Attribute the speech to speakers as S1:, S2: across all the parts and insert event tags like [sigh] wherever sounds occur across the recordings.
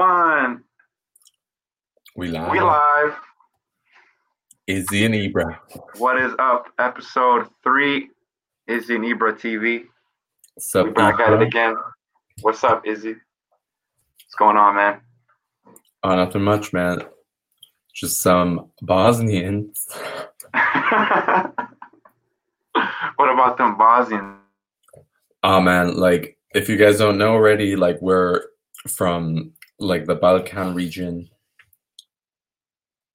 S1: one.
S2: We live.
S1: We live.
S2: Izzy and Ibra.
S1: What is up? Episode three Izzy and Ibra TV.
S2: What's up, uh-huh.
S1: we back at it
S2: Ibra?
S1: again. What's up, Izzy? What's going on, man? [laughs]
S2: Oh, nothing much, man. Just some Bosnians.
S1: what about them Bosnians?
S2: Oh, man. Like, if you guys don't know already, like, we're from, like, the Balkan region.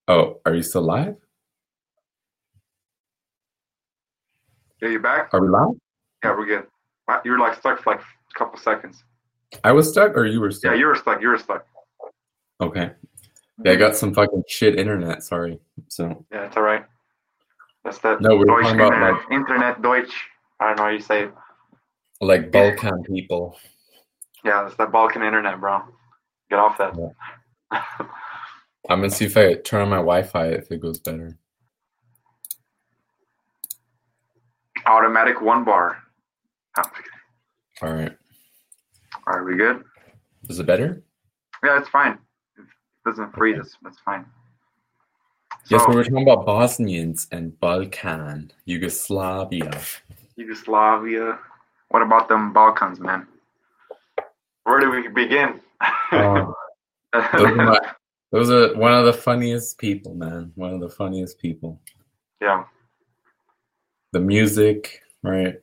S2: Oh, are you still live?
S1: Are you back?
S2: Are we live?
S1: Yeah, we're good. Wow, You were like stuck for like a couple seconds.
S2: I was stuck or you were
S1: Yeah,
S2: stuck?
S1: you were stuck. You were stuck.
S2: okay. Yeah, I got some fucking shit internet. Sorry. So,
S1: Yeah, it's all right. That's that
S2: No, we were
S1: Deutsch
S2: talking about,
S1: internet, internet Deutsch. I don't know how you say it.
S2: like, Balkan people.
S1: Yeah, that's that Balkan internet, bro. Get off that.
S2: I'm going to see if I turn on my Wi Fi if it goes better.
S1: Automatic one bar. All
S2: All right.
S1: right, we good?
S2: Is it better?
S1: Yeah, it's fine. If it doesn't freeze, it's, it's fine. So,
S2: Yes,
S1: Oh.
S2: we were talking about Bosnians and Balkan, Yugoslavia.
S1: Yugoslavia. What about them Balkans, man? Where do we begin?
S2: Uh, those, are my- those are one of the funniest people, man. One of the funniest people.
S1: yeah.
S2: The music, right,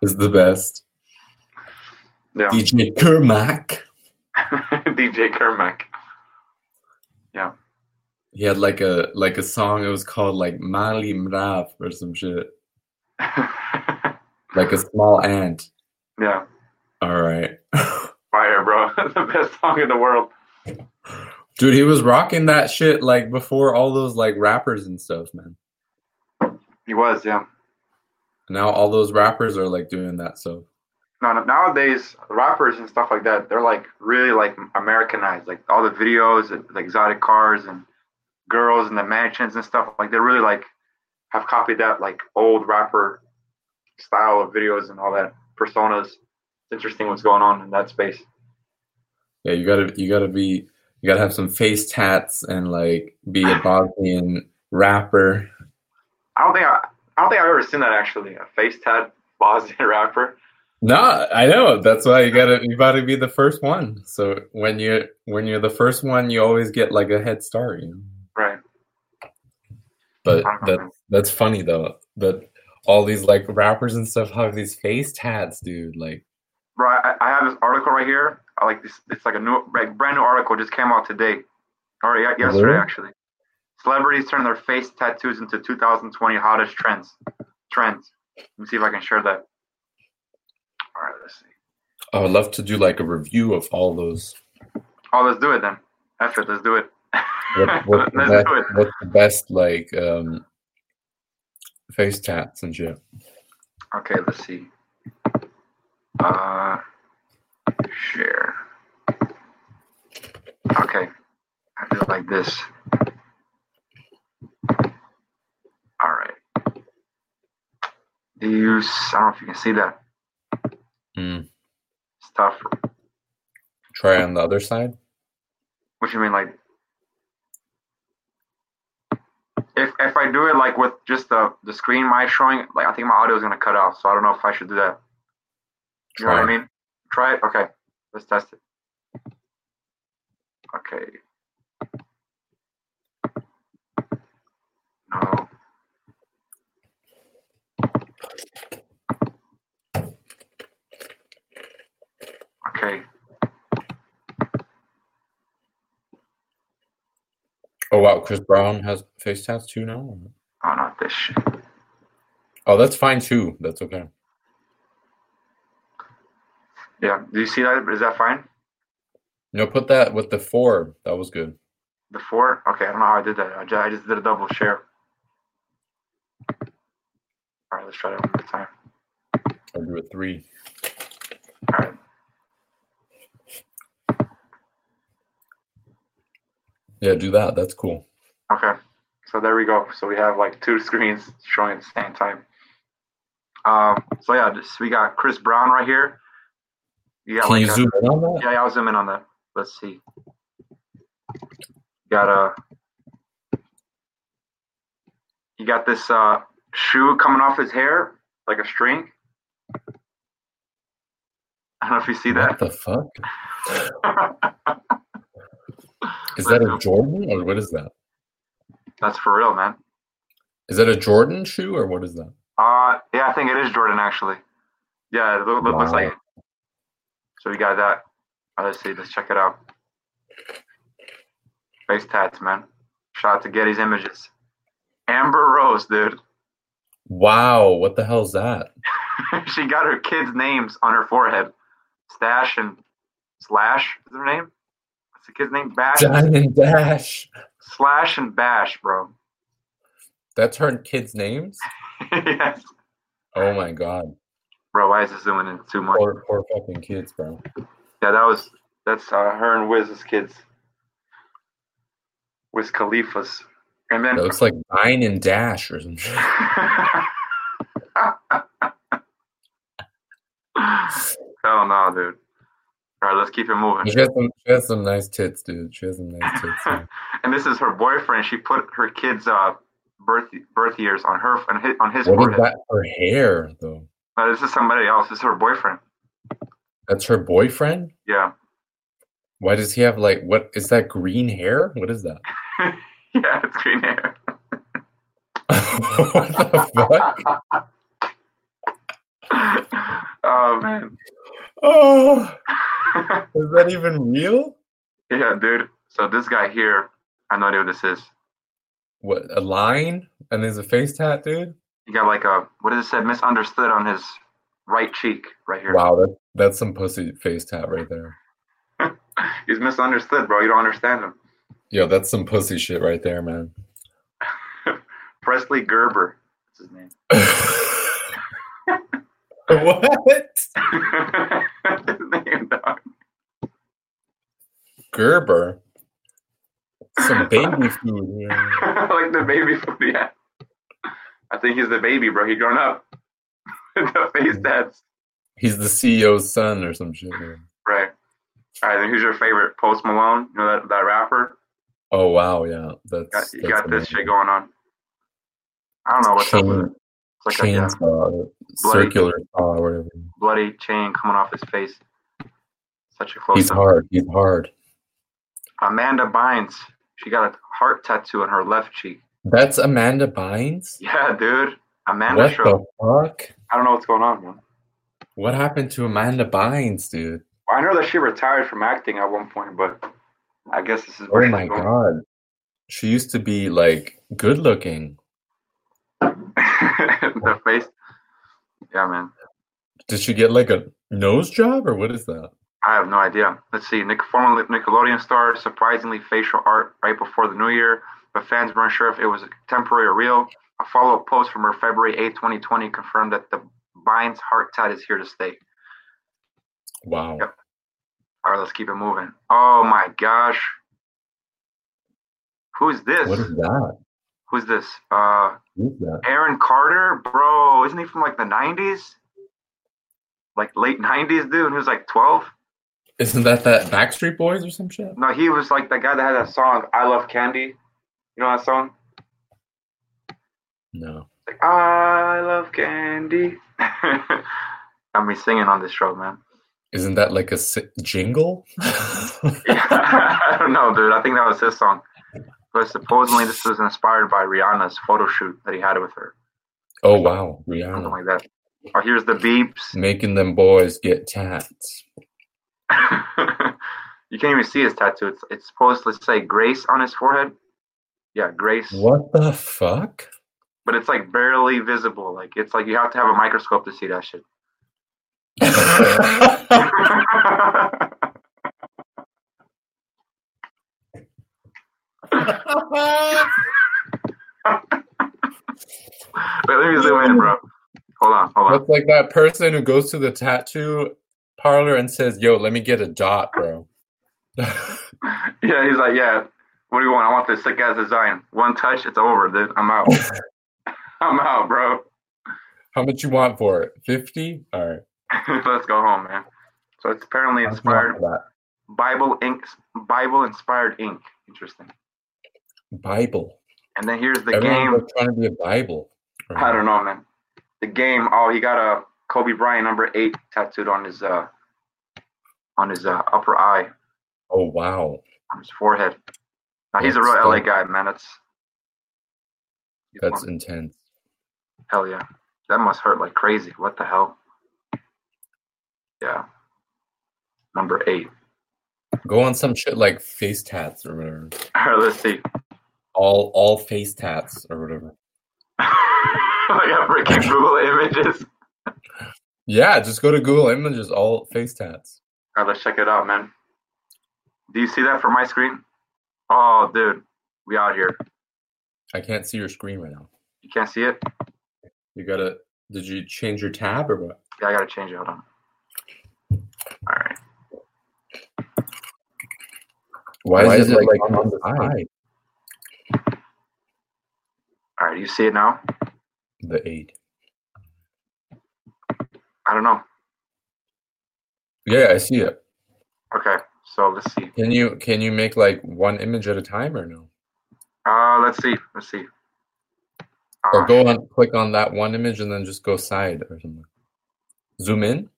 S2: is the best.
S1: Yeah. [laughs]
S2: DJ Kermack,
S1: DJ Kermack.
S2: he had like a like a song. It was called like Mali Mrav or some shit, like a small ant.
S1: [laughs] yeah.
S2: All right,
S1: Fire, bro. [laughs] the best song in the world.
S2: dude, he was rocking that shit like before all those like rappers and stuff, man.
S1: He was, yeah.
S2: Now all those rappers are like doing that stuff.
S1: No, no, nowadays rappers and stuff like that, they're like really like Americanized. Like all the videos, and the exotic cars and girls and the mansions and stuff. Like they really like have copied that like old rapper style of videos and all that personas. It's interesting what's going on in that space.
S2: Yeah, you gotta you gotta be you gotta have some face tats and like be
S1: Ah.
S2: a Bosnian rapper.
S1: I don't think I, I don't think I've ever seen that actually. A face tat [laughs] Bosnian rapper.
S2: No, I know. That's why you gotta you gotta be the first one. So when you when you're the first one, you always get like a head start. You know?
S1: Right.
S2: But
S1: Ah.
S2: that that's funny though. That all these like rappers and stuff have these face tats, dude. Like
S1: Bro, I, I have this article right here. I like this. It's like a new, like brand new article just came out today, or ye- yesterday
S2: Really?
S1: actually. Celebrities turn their face tattoos into 2020 hottest trends. Trends. Let me see if I can share that. All right, let's see.
S2: I would love to do like a review of all those.
S1: Oh, let's do it then. That's it. Let's do it. [laughs]
S2: What, what's, the
S1: Ah, let's
S2: best,
S1: do it.
S2: what's the best like um face tats and shit?
S1: Okay, let's see. Uh, share. Okay, I do it like this. All right. Do you? s- I don't know if you can see that
S2: Mm.
S1: stuff.
S2: Try on the other side.
S1: What you mean, like? If if I do it like with just the the screen my showing, like I think my audio is gonna cut off, so I don't know if I should do that. You know what I
S2: Try.
S1: mean? Try it. Okay, let's test it. Okay. No. Okay.
S2: Oh wow, Chris Brown has face tats too now.
S1: Oh, not this shit.
S2: Oh, that's fine too. That's okay.
S1: Yeah. Do you see that? Is that fine?
S2: No, put that with the four. That was good.
S1: The four? Okay, I don't know how I did that. I just, I just did a double share. All right, let's try that one more time.
S2: I'll do a three.
S1: All right.
S2: Yeah, do that. That's cool.
S1: Okay, so there we go. So we have like two screens showing at the same time. Um, so yeah, this, we got Chris Brown right here. You got
S2: Can
S1: like
S2: you
S1: a-
S2: zoom in on that?
S1: Yeah, yeah, I'll zoom in on that. Let's see. Got a. You got this uh, shoe coming off his hair like a string. I don't know if you see
S2: What
S1: that. [laughs]
S2: the fuck? Is that a Jordan or what is that?
S1: That's for real, man.
S2: Is that a Jordan shoe or what is that?
S1: Uh, yeah, I think it is Jordan actually. Yeah, it loo- loo- looks
S2: Wow.
S1: like. It. So we got that. Uh, let's see. Let's check it out. Face tats, man. Shout out to Getty's Images. Amber Rose, dude.
S2: Wow, what the hell is that?
S1: she got her kids' names on her forehead. Stash and Slash is her name. What's the kid's name? Bash.
S2: Diamond Dash.
S1: Slash and Bash, bro. [laughs]
S2: That's her kids' names?
S1: yes.
S2: Oh my god.
S1: Bro, why is this zooming in too much?
S2: Poor, poor fucking kids, bro.
S1: Yeah, that was that's uh, her and Wiz's kids. Wiz Khalifa's. And
S2: That
S1: then [laughs]
S2: looks like Dine and Dash or some shit.
S1: Hell no, dude. All right, let's keep it moving.
S2: She has, some, she has some nice tits, dude. She has some nice tits. yeah.
S1: and this is her boyfriend. She put her kids' uh, birth birth years on her on his, on his
S2: What
S1: forehead.
S2: is that? Her hair, though.
S1: No, this is somebody else. This is her boyfriend.
S2: That's her boyfriend?
S1: Yeah, [laughs]
S2: Why does he have like what is that green hair? What is that? [laughs]
S1: yeah, it's green hair. [laughs]
S2: what the fuck?
S1: oh man,
S2: Oh, is that even real?
S1: [laughs] yeah, dude. So this guy here, I have no idea what this is.
S2: What a line? And there's a face tat, dude.
S1: He got like a what does it say? Misunderstood on his right cheek, right here.
S2: Wow, that, that's some pussy face tat right there.
S1: He's misunderstood, bro. You don't understand him.
S2: Yo, that's some pussy shit right there, man. [laughs]
S1: Presley Gerber. That's his name. [laughs]
S2: what?
S1: his name, dog.
S2: Gerber. Some baby food. here.
S1: [laughs] like the baby from the end. I think he's the baby, bro. He grown up. [laughs] the face that's
S2: He's the CEO's son or some shit. man.
S1: right. All right, then who's your favorite? Post Malone, you know that, that rapper.
S2: Oh wow, yeah. That's
S1: Got, you
S2: that's
S1: got this
S2: amazing.
S1: shit going on. I don't know what's up with it. It's like a yeah,
S2: chainsaw,
S1: Bloody-
S2: circular saw, whatever.
S1: bloody chain coming off his face. Such a
S2: He's
S1: close up.
S2: hard. He's hard.
S1: Amanda Bynes. She got a heart tattoo on her left cheek. [laughs]
S2: That's Amanda Bynes.
S1: Yeah, dude. Amanda
S2: What
S1: show.
S2: the fuck?
S1: I don't know what's going on, man.
S2: What happened to Amanda Bynes, dude?
S1: I know that she retired from acting at one point, but I guess this is
S2: Oh
S1: she's
S2: my
S1: going.
S2: god, she used to be like good looking.
S1: [laughs] the face. Yeah, man.
S2: Did she get like a nose job or what is that?
S1: I have no idea. Let's see. Nick, former Nickelodeon star, surprisingly facial art right before the new year, but fans weren't sure if it was temporary or real. A follow up post from her February 8, 2020 confirmed that the Bynes heart tat is here to stay.
S2: Wow.
S1: Yep. All right, let's keep it moving. Oh my gosh. Who's this?
S2: What is that?
S1: Who's this? Uh,
S2: What is that?
S1: Aaron Carter, bro, isn't he from like the nineties? Like late nineties, dude. He was like twelve.
S2: Isn't that that Backstreet Boys or some shit?
S1: No, he was like the guy that had that song "I Love Candy." You know that song?
S2: No.
S1: Like I love candy. [laughs] Got me singing on this show, man. [laughs]
S2: Isn't that like a si- jingle? [laughs]
S1: I don't know, dude. I think that was his song. But supposedly this was inspired by Rihanna's photo shoot that he had with her,
S2: oh wow,
S1: something
S2: Rihanna
S1: like that. Oh, here's the beeps. [laughs]
S2: making them boys get tats.
S1: you can't even see his tattoo. It's, it's supposed to say Grace on his forehead. Yeah, Grace.
S2: What
S1: [laughs]
S2: the fuck?
S1: But it's like barely visible. Like it's like you have to have a microscope to see that shit. [laughs] Wait, let me zoom in, bro. Hold on, hold on.
S2: That's like that person who goes to the tattoo parlor and says, "Yo, let me get a dot, bro." [laughs]
S1: Yeah, he's like, yeah. What do you want? I want this sick ass design. One touch, it's over, dude. I'm
S2: [laughs]
S1: out. [laughs] I'm out, bro. [laughs]
S2: How much you want for it? Fifty? All right.
S1: Let's go home, man. So it's apparently inspired Bible ink, Bible inspired ink. Interesting.
S2: Bible.
S1: And then here's the
S2: Everyone
S1: game.
S2: was trying to be a Bible.
S1: I don't know, man. The game. Oh, he got a Kobe Bryant number eight tattooed on his uh on his uh, upper eye
S2: Oh wow.
S1: on his forehead. Now, he's a
S2: That's
S1: real LA
S2: dope.
S1: guy, man. That's he's
S2: That's
S1: one-
S2: intense.
S1: hell yeah. That must hurt like crazy. What the hell? Yeah. Number eight. [laughs]
S2: Go on some shit like face tats or whatever.
S1: All right, let's see. [laughs]
S2: All all face tats or whatever.
S1: like a freaking Google Images.
S2: Yeah, just go to Google Images, all face tats.
S1: All right, let's check it out, man. Do you see that from my screen? Oh, dude, we out here.
S2: I can't see your screen right now.
S1: You can't see it?
S2: You gotta did you change your tab or what?
S1: Yeah, I gotta change it. Hold on. All right.
S2: Why,
S3: Why
S2: is, it, like, on the side?
S1: All right. You see it now?
S2: The eight.
S1: I don't know.
S2: Yeah, I see it.
S1: Okay. So let's see.
S2: Can you can you make like one image at a time or no?
S1: Uh, let's see. Let's see.
S2: Or
S1: Uh,
S2: Oh, go on click on that one image and then just go side or something. Zoom in?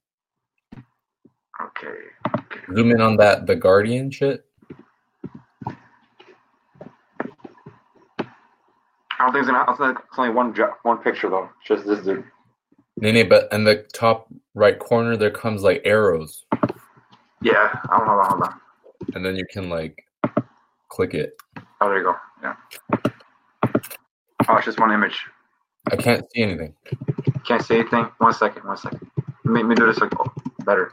S1: okay.
S2: Zoom in on that the Guardian shit.
S1: I don't think it's gonna. I think it's only one dra- one picture though. It's just this dude.
S2: Nene, but in the top right corner there comes like arrows.
S1: Yeah. I don't hold on. Hold on.
S2: and then you can like click it.
S1: Oh, there you go. Yeah. Oh, it's just one image.
S2: I can't see anything.
S1: Can't see anything. One second. One second. Make me do this like oh, better.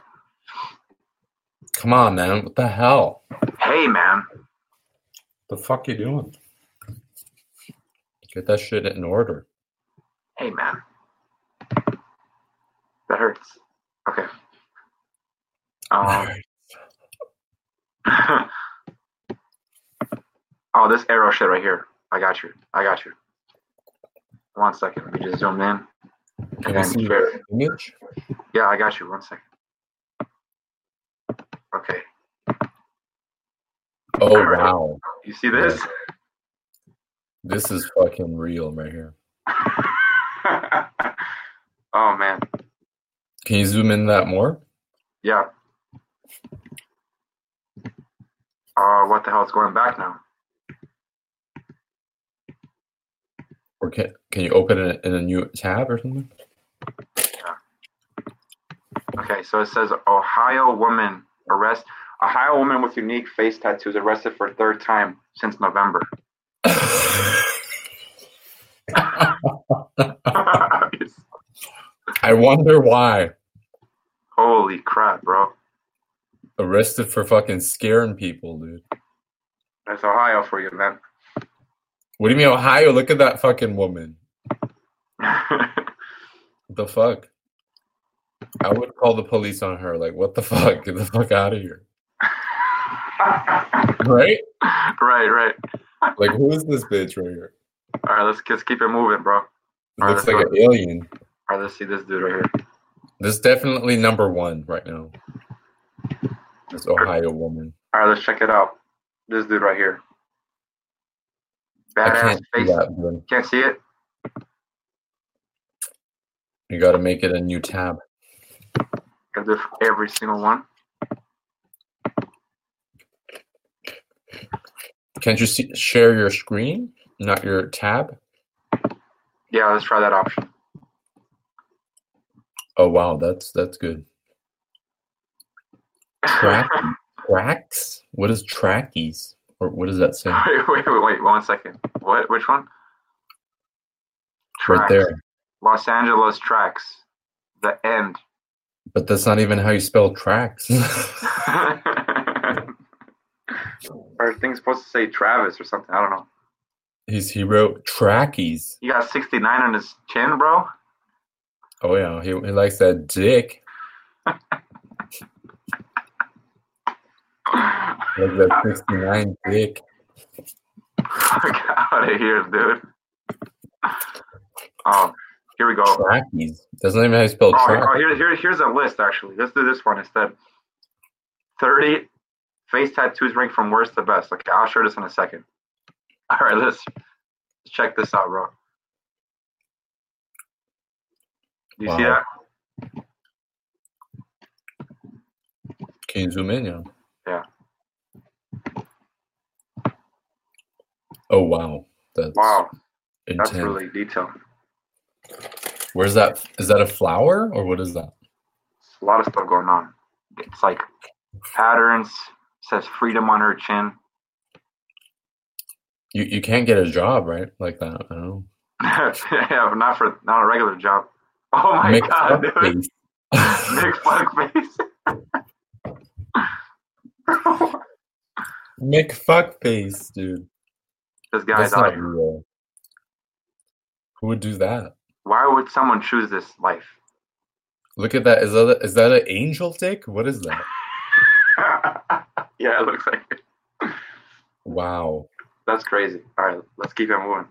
S2: Come on, man. What the hell?
S1: Hey, man.
S2: The fuck you doing? Get that shit in order.
S1: Hey, man. That hurts. Okay. Um. [laughs]
S2: Ah.
S1: oh, this arrow shit right here. I got you. I got you. One second. Let me just zoom in.
S2: Can you
S1: Okay,
S2: see
S1: sure.
S2: the image?
S1: Yeah, I got you. One second. Okay.
S2: Oh
S1: Alright.
S2: wow,
S1: You see this?
S2: this is fucking real right here.
S1: [laughs] oh, man.
S2: Can you zoom in that more?
S1: Yeah. Oh, what the hell? It's going back now.
S2: Or can can you open it in a new tab or something? [laughs]
S1: Okay, so it says Ohio woman arrest. Ohio woman with unique face tattoos arrested for third time since November. [laughs]
S2: I wonder why.
S1: Holy crap, bro.
S2: Arrested for fucking scaring people, dude.
S1: That's Ohio for you, [laughs] man.
S2: What do you mean, Ohio? Look at that fucking woman. the fuck? I would call the police on her. Like, what the fuck? Get the fuck out of here.
S1: right,
S2: Right?
S1: right.
S2: Like, who is this bitch right here?
S1: All right, let's just keep it moving, bro.
S2: It looks like an alien.
S1: All right, let's see this dude right here.
S2: This is definitely number one right now. This Ohio woman.
S1: All right, let's check it out. This dude right here.
S2: I
S1: Badass
S2: can't see
S1: face.
S2: that. dude.
S1: Can't see it?
S2: You got to make it a new tab.
S1: Gotta do it for every single one.
S2: Can't you see, share your screen, not your tab?
S1: Yeah, let's try that option.
S2: Oh wow, that's that's good. Track tracks. What is trackies? Or what does that say? Right
S1: [laughs] wait, wait, wait, wait, one second. What? Which one? Tracks.
S2: there.
S1: Los Angeles tracks. The end.
S2: But that's not even how you spell tracks.
S1: [laughs]
S2: [laughs]
S1: or things supposed to say Travis or something. I don't know.
S2: He's he wrote trackies.
S1: You got 69 on his chin, bro. [laughs]
S2: Oh yeah, he, he likes that dick. He likes that sixty nine dick.
S1: Get out of here, dude. Oh, here we go.
S2: Trackies. That's not even how you spell
S1: Oh,
S2: track.
S1: oh, here, here, here's a list, actually. Let's do this one instead. 30 face tattoos ranked from worst to best. Okay, I'll share this in a second. [laughs] All right, let's check this out, bro. You wow. see that?
S2: Can you zoom in? Yeah.
S1: Yeah.
S2: Oh wow. That's
S1: wow. Intense. That's really detailed.
S2: Where's that? Is that a flower or what is that?
S1: It's a lot of stuff going on. It's like patterns. Says freedom on her chin. [laughs]
S2: You you can't get a job right like that. I know.
S1: yeah, but not for not a regular job. Oh my Make god, dude! Big
S2: [laughs]
S1: [laughs] fuckface.
S2: Mick fuckface, dude.
S1: This guy's That's out here. Real.
S2: Who would do that?
S1: Why would someone choose this life? [laughs]
S2: Look at that. Is that a, is that an angel dick? What is that?
S1: yeah, it looks like it.
S2: Wow.
S1: That's crazy. All right, let's keep it moving.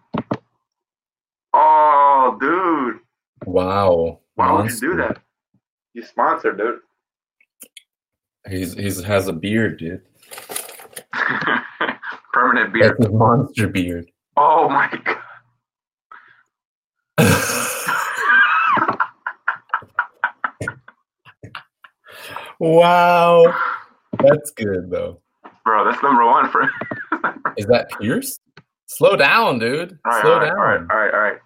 S1: Oh, dude.
S2: Wow.
S1: Why Monster. would you do that? You sponsored, dude. [laughs]
S2: He's he's has a beard, dude.
S1: Permanent beard.
S2: That's a [laughs] monster beard.
S1: Oh my god.
S2: wow. That's good though.
S1: Bro, that's number one for
S2: Is that Pierce? Slow down, dude.
S1: Right,
S2: Slow
S1: all right,
S2: down.
S1: All right, all right, all right.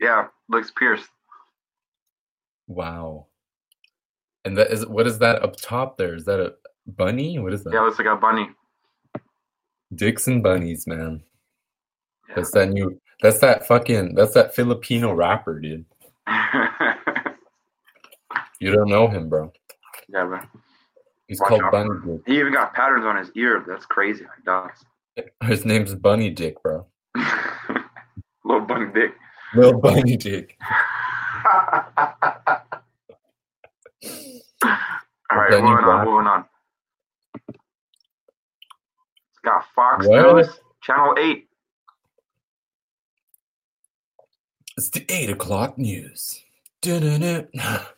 S1: Yeah, looks pierced.
S2: Wow. And that is what is that up top there? Is that a bunny? What is that?
S1: Yeah, looks like a bunny. [laughs]
S2: Dicks and bunnies, man. Yeah. That's that new that's that fucking that's that Filipino rapper, dude. you don't know him, bro.
S1: Yeah, man.
S2: He's Watch called out, Bunny bro. Dick. [laughs]
S1: He even got patterns on his ear. That's crazy. Like dogs.
S2: His name's Bunny Dick, bro.
S1: Little Bunny Dick. [laughs]
S2: Little Bunny Dick.
S1: All right, moving on, moving on. It's got Fox what? News, Channel 8. [laughs]
S2: It's the 8 o'clock news. [sighs] that,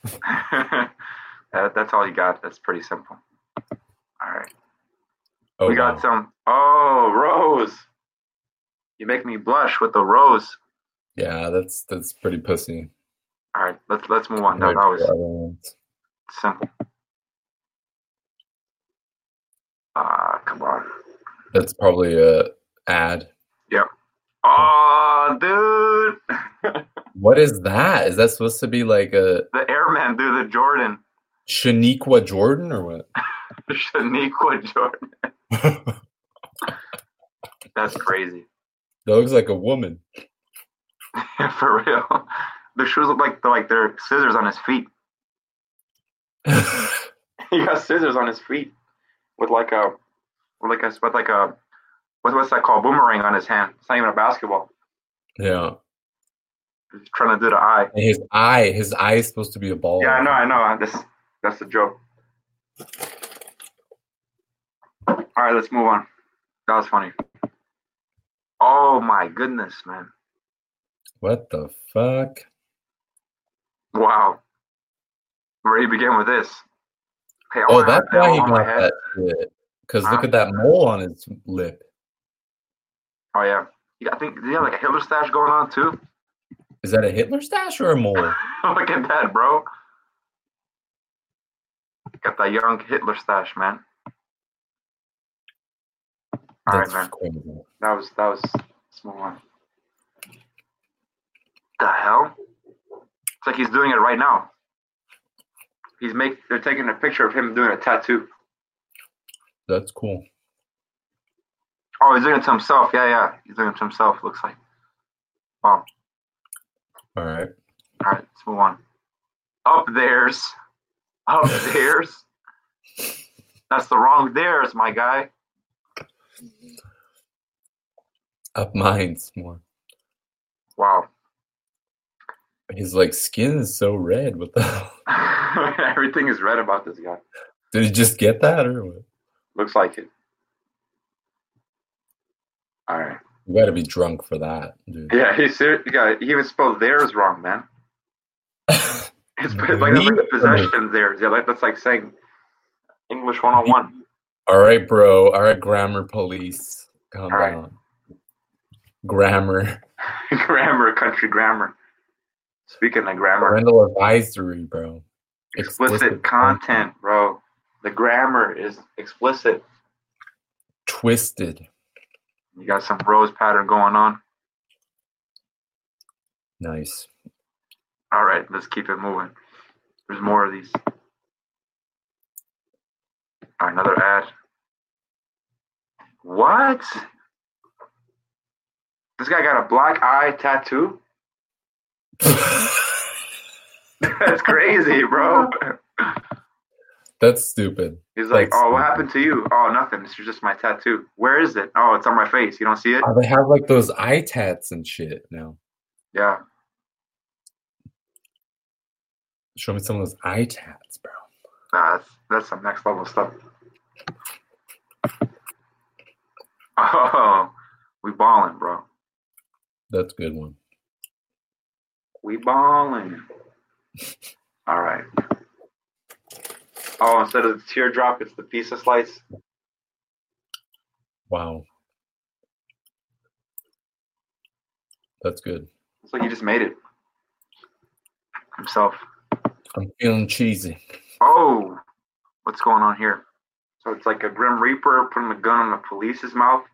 S1: that's all you got. That's pretty simple. All right. Oh, we got wow. some. Oh, Rose. You make me blush with the rose.
S2: Yeah, that's that's pretty pussy.
S1: All right, let's let's move on. That, that was simple. Ah, uh, come on.
S2: That's probably a ad.
S1: Yep. Oh, dude.
S2: what is that? Is that supposed to be like a
S1: the airman? Dude, the Jordan. [laughs]
S2: Shaniqua Jordan or what?
S1: Shaniqua Jordan. That's crazy. [laughs]
S2: That looks like a woman. [laughs]
S1: For real, the shoes look like they're like they're scissors on his feet. [laughs] he got scissors on his feet with like a with like a with like a what, what's that called boomerang on his hand. It's not even a basketball.
S2: Yeah.
S1: He's trying to do the eye.
S2: And his eye, his eye is supposed to be a ball.
S1: Yeah, I know, I know. This that's a joke. All right, let's move on. That was funny. Oh my goodness, man.
S2: What the fuck?
S1: Wow. Where do you begin with this?
S2: Hey, oh, that's why he got that shit. Because huh? look at that mole on his lip.
S1: Oh, yeah. yeah I think, did he have like a Hitler stash going on too? [laughs]
S2: Is that a Hitler stash or a mole?
S1: look at that, bro. Got that young Hitler stash, man. All That's right, man. Crazy. That was that was small one. The hell? It's like he's doing it right now. He's make they're taking a picture of him doing a tattoo.
S2: That's cool.
S1: Oh, he's doing it to himself. Yeah, yeah. He's doing it to himself, looks like. Wow.
S2: All right.
S1: All right, let's move on. Up there's. Up there's. That's the wrong there's, my guy
S2: up mines more.
S1: Wow. [laughs]
S2: His like skin is so red. What [laughs]
S1: the Everything is red about this guy.
S2: Did he just get that or what?
S1: Looks like it. All right.
S2: You gotta be drunk for that, dude.
S1: Yeah, he's serious. You got he even spelled theirs wrong, man. Mm-hmm. [laughs] it's, it's like, that's like the possession theirs. Yeah, like that's like saying English 101.
S2: [laughs] All right, bro. All right, grammar police. Calm down.
S1: Alright.
S2: Grammar.
S1: [laughs] grammar, country grammar. Speaking of grammar,
S2: Parental advisory, bro.
S1: explicit content, bro. The grammar is explicit.
S2: Twisted.
S1: You got some rose pattern going on.
S2: Nice. [laughs]
S1: All right, let's keep it moving. There's more of these. All right, another ad. What? This guy got a black eye tattoo? [laughs] That's crazy, bro.
S2: That's stupid.
S1: He's like,
S2: That's
S1: oh, what
S2: stupid.
S1: happened to you? Oh, nothing. It's just my tattoo. Where is it? Oh, it's on my face. You don't see it?
S2: Oh, they have like those eye tats and shit now.
S1: Yeah.
S2: Show me some of those eye tats, bro.
S1: Nah, that's, that's some next level stuff. [laughs] Oh, we balling, bro.
S2: That's a good one.
S1: We balling. All right. Oh, instead of the teardrop, it's the pizza slice.
S2: Wow. That's good.
S1: It's like he just made it himself.
S2: I'm feeling cheesy.
S1: Oh, what's going on here? So it's like a Grim Reaper putting a gun in the police's mouth.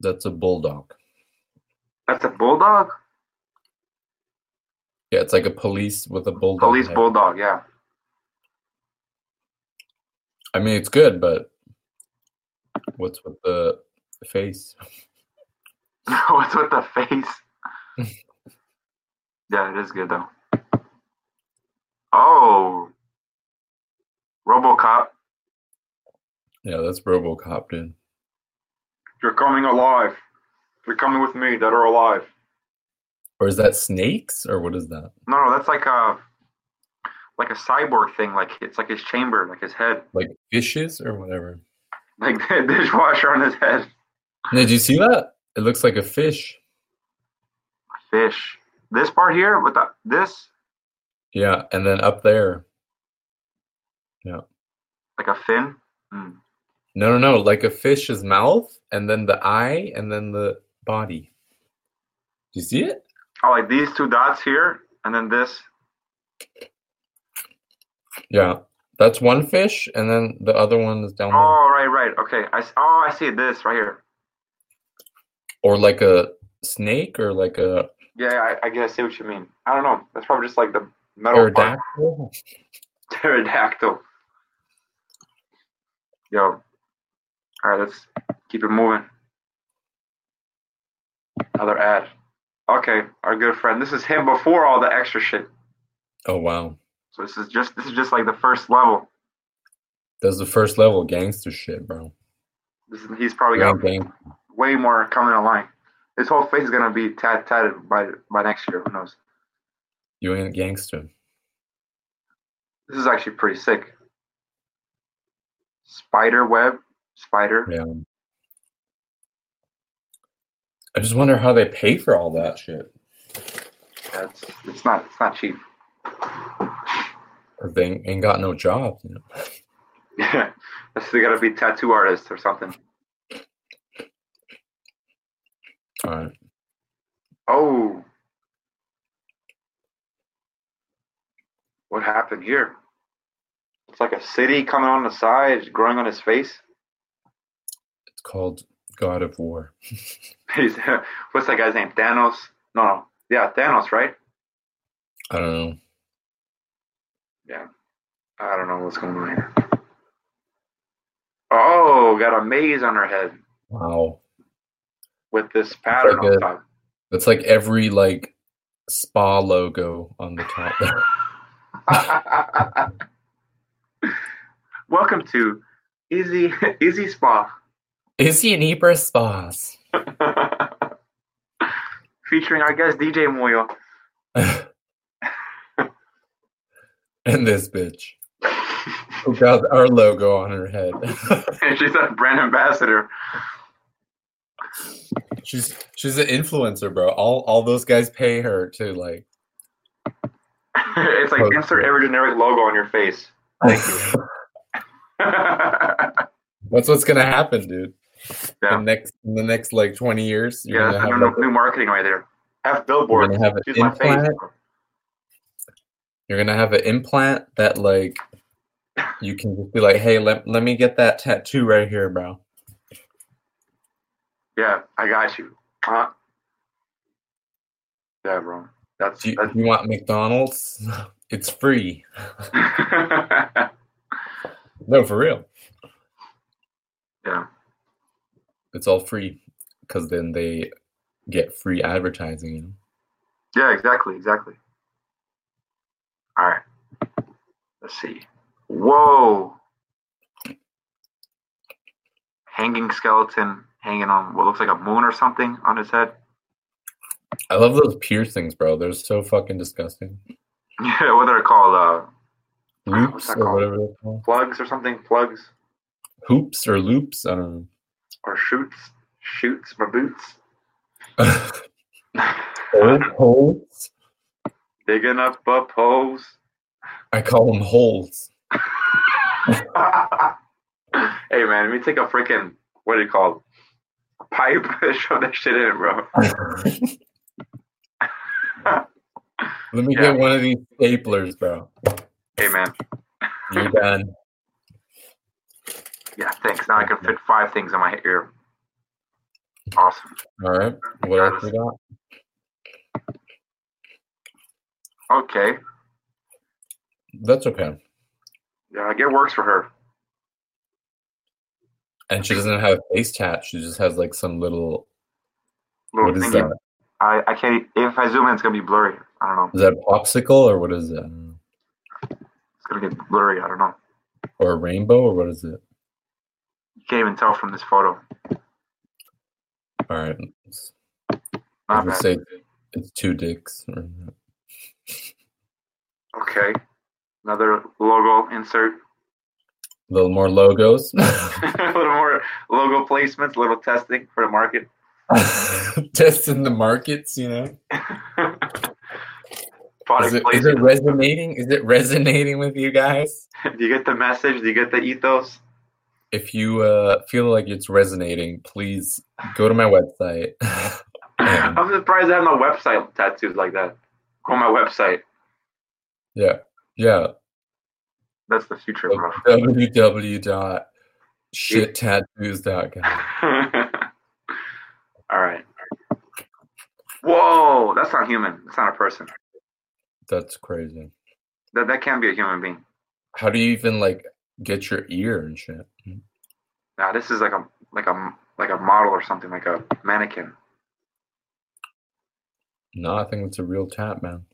S2: That's a bulldog.
S1: That's a bulldog?
S2: Yeah, it's like a police with a bulldog.
S1: Police
S2: head.
S1: bulldog, yeah. [laughs]
S2: I mean, it's good, but what's with the face? [laughs]
S1: what's with the face? yeah, it is good though. Oh, Robocop,
S2: Yeah, that's RoboCop, dude.
S1: you're coming alive. You're coming with me, dead or alive.
S2: Or is that snakes? Or what is that?
S1: No, no, that's like a like a cyborg thing. Like it's like his chamber, like his head, [laughs]
S2: Like fishes or whatever?
S1: like the dishwasher on his head.
S2: Did you see that? It looks like a fish.
S1: Fish. This part here with the this
S2: Yeah, and then up there.
S1: like a fin. Hmm.
S2: No, no, no. Like a fish's mouth, and then the eye, and then the body. Do you see it?
S1: Oh, like these two dots here, and then this.
S2: Yeah. That's one fish, and then the other one is down there.
S1: Oh, right, right. Okay. I s- oh, I see this right here.
S2: Or like a snake, or like a
S1: Yeah, I, I guess I see what you mean. I don't know. That's probably just like the metal part.
S2: pterodactyl.
S1: pterodactyl. Yo. All right, let's keep it moving. Another ad. Okay, our good friend. This is him before all the extra shit.
S2: Oh, wow.
S1: So this is just this is just like the first level.
S2: That's the first level gangster shit, bro.
S1: This is, he's probably
S2: Real
S1: got
S2: gang-
S1: way more coming online. His whole face is gonna be tat tatted by by next year. Who knows?
S2: you ain't gangster.
S1: This is actually pretty sick. Spider web, spider.
S2: Yeah. I just wonder how they pay for all that shit.
S1: That's it's not it's not cheap.
S2: Or they ain't got no job. You know?
S1: [laughs] Yeah, that's they gotta be tattoo artists or something.
S2: All right.
S1: Oh, what happened here? It's like a city coming on the side, it's growing on his face. [laughs]
S2: It's called God of War.
S1: He's [laughs] what's that guy's name? Thanos? No, no, yeah, Thanos, right?
S2: I don't know.
S1: I don't know what's going on here. Oh, got a maze on her head
S2: Wow.
S1: with this pattern
S2: like
S1: on
S2: a-
S1: top.
S2: That's like every like spa logo on the top [laughs] there.
S1: [laughs] Welcome to Easy [laughs] Easy Spa,
S2: Is he an Ibra spas?
S1: [laughs] featuring our guest DJ Moyo. [laughs]
S2: [laughs] and this bitch who got our logo on her head. [laughs]
S1: and she's a brand ambassador. [laughs]
S2: she's she's an influencer, bro. All all those guys pay her to like
S1: it's like
S2: Okay. Oh,
S1: insert every generic logo on your face. [laughs] Thank you.
S2: That's what's gonna happen, dude.
S1: Yeah.
S2: The next, in the next like twenty years, you're
S1: yeah,
S2: gonna
S1: that's
S2: have
S1: new,
S2: like,
S1: new marketing right there. Have billboards.
S2: You're gonna have an
S1: Use my face.
S2: implant? you're gonna have an implant that like you can just be like, hey, let let me get that tattoo right here, bro.
S1: Yeah, I got you. Huh? Yeah, bro. That's,
S2: Do you,
S1: that's
S2: you want McDonald's? [laughs] It's free.
S1: [laughs]
S2: [laughs] No, for real.
S1: Yeah.
S2: It's all free because then they get free advertising. You know?
S1: yeah, exactly, exactly. All right. Let's see. Whoa. Hanging skeleton hanging on what looks like a moon or something on his head. [laughs]
S2: I love those piercings, bro. They're so fucking disgusting.
S1: Yeah, what are they called? Uh, Wow, what's
S2: Loops
S1: that
S2: or
S1: called?
S2: whatever they're called.
S1: plugs or something? Plugs
S2: Hoops or loops? I don't
S1: or shoots? Shoots my boots.
S2: know.
S1: [laughs]
S2: Hole- holes?
S1: Digging up up holes. [laughs]
S2: I call them holes.
S1: hey man, let me take a freaking what do you call a pipe and [laughs] shove that shit in, bro.
S2: Let me
S1: Yeah.
S2: get one of these staplers, bro.
S1: Hey man,
S2: You're done.
S1: yeah, thanks. Now I can fit five things in my ear. Awesome.
S2: All right. What else we got?
S1: Okay.
S2: That's okay.
S1: Yeah, I get works for her.
S2: And she doesn't have a face tat. She just has like some little.
S1: Little
S2: What is
S1: thingy.
S2: that?
S1: I, I can't if I zoom in it's gonna be blurry. I don't know.
S2: Is that a popsicle or what is it? I don't know.
S1: It's gonna get blurry, I don't know.
S2: Or a rainbow or what is it?
S1: You can't even tell from this photo.
S2: All right. I
S1: Not
S2: would
S1: bad.
S2: say it's two dicks. or-
S1: Okay. Another logo insert. [laughs]
S2: A little more logos. [laughs]
S1: a little more logo placements, a little testing for the market.
S2: Testing the markets, you know. Is
S1: Product
S2: it, is it
S1: placement.
S2: resonating? Is it resonating with you guys?
S1: Do you get the message? Do you get the ethos?
S2: If you uh, feel like it's resonating, please go to my website. [laughs] Um,
S1: I'm surprised I have no website tattoos like that. Go on my website.
S2: yeah, yeah.
S1: That's the future, bro.
S2: www.shittattoos.com.
S1: [laughs] All right. Whoa, that's not human. That's not a person.
S2: That's crazy.
S1: That that can't be a human being.
S2: How do you even like get your ear and shit? Mm,
S1: Nah, this is like a like a like a model or something, like a mannequin.
S2: No, I think it's a real tat, man.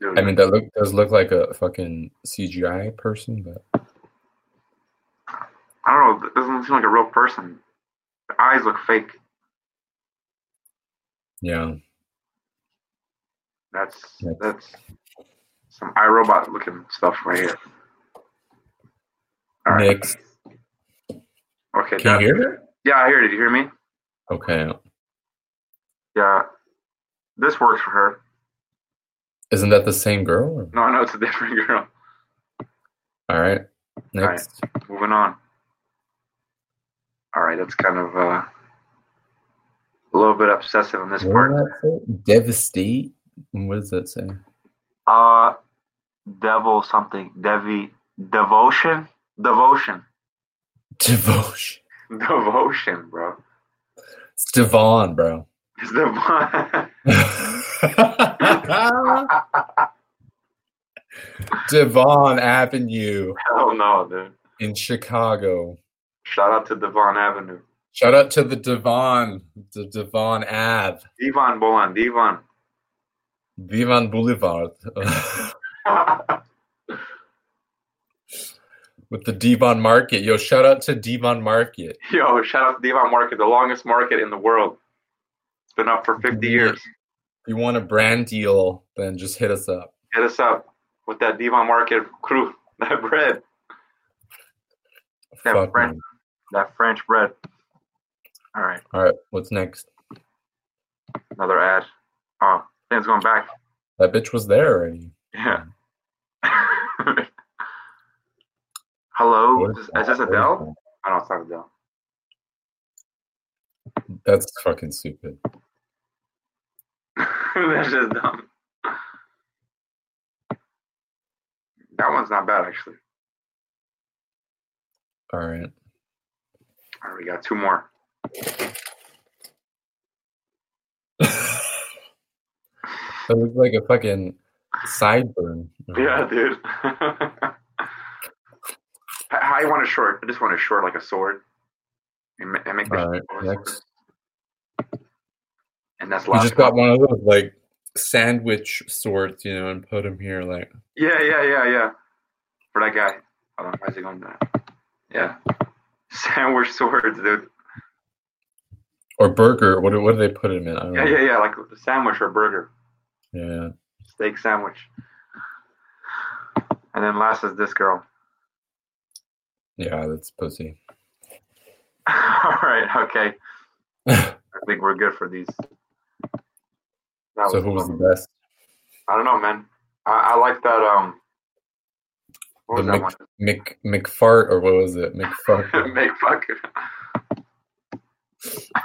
S1: Dude.
S2: I mean, that look does look like a fucking CGI person, but
S1: I don't know. It doesn't seem like a real person. The eyes look fake.
S2: yeah,
S1: That's
S2: Yes.
S1: that's some iRobot looking stuff right here. All right.
S2: Next.
S1: Okay.
S2: Can
S1: that-
S2: you hear it?
S1: Yeah, I hear it. Did you hear me?
S2: Okay,
S1: Yeah. This works for her.
S2: isn't that the same girl? or-
S1: No, I know it's a [laughs] different girl.
S2: All right,
S1: right.
S2: next.
S1: Moving on. All right, that's kind of uh, a little bit obsessive on this
S2: What
S1: part.
S2: did that say? Devastate. What does that say? [laughs]
S1: Uh, devil something. Devi. Devotion. Devotion.
S2: Devotion.
S1: Devotion, bro.
S2: It's Devon, bro. [laughs]
S1: It's [laughs] Devon.
S2: Devon Avenue.
S1: Hell no, dude.
S2: in Chicago.
S1: Shout out to Devon Avenue.
S2: Shout out to the Devon, the Devon Ave,
S1: Devon Bolan, [laughs] Devon.
S2: Devon Boulevard, uh, [laughs] with the Devon Market. Yo, shout out to Devon Market.
S1: Yo, shout out to Devon Market, the longest market in the world. It's been up for 50 years.
S2: If you want a brand deal, then just hit us up.
S1: Hit us up with that Devon Market crew, [laughs] that bread, Yeah,
S2: Fuck
S1: brand-
S2: man.
S1: that French bread. All right,
S2: All right, what's next?
S1: another ad. Oh, things going back.
S2: That bitch was there already.
S1: Yeah. [laughs] Hello,
S2: What
S1: is,
S2: that?
S1: is this
S2: What
S1: Adele?
S2: that?
S1: I don't know, it's not Adele. [laughs]
S2: That's fucking stupid.
S1: That's just dumb. That one's not bad actually.
S2: All right. [laughs]
S1: All right, we got two more.
S2: that looks like a fucking sideburn.
S1: Yeah, dude. [laughs] How- How you want it short? I just want it short like a sword. And, ma- and make the
S2: All right.
S1: short sword.
S2: Next.
S1: And that's
S2: We
S1: last.
S2: just got one of those like sandwich sorts, you know, and put them here. Like,
S1: Yeah, yeah, yeah, yeah. For that guy. Hold on, why is he going down? Yeah. Sandwich swords, dude.
S2: or burger. What do, what do they put them in? I don't
S1: Yeah,
S2: know.
S1: yeah, yeah. Like a sandwich or burger.
S2: Yeah.
S1: Steak sandwich. And then last is this girl. [laughs]
S2: Yeah, that's pussy.
S1: All right,
S2: [laughs]
S1: okay. I think we're good for these. That
S2: so who was the
S1: fun.
S2: best?
S1: I don't know, man. I, I like that. Um, what was
S2: The
S1: that
S2: mix- Mc McFart or what was it? McFart.
S1: one? [laughs] Make fuck.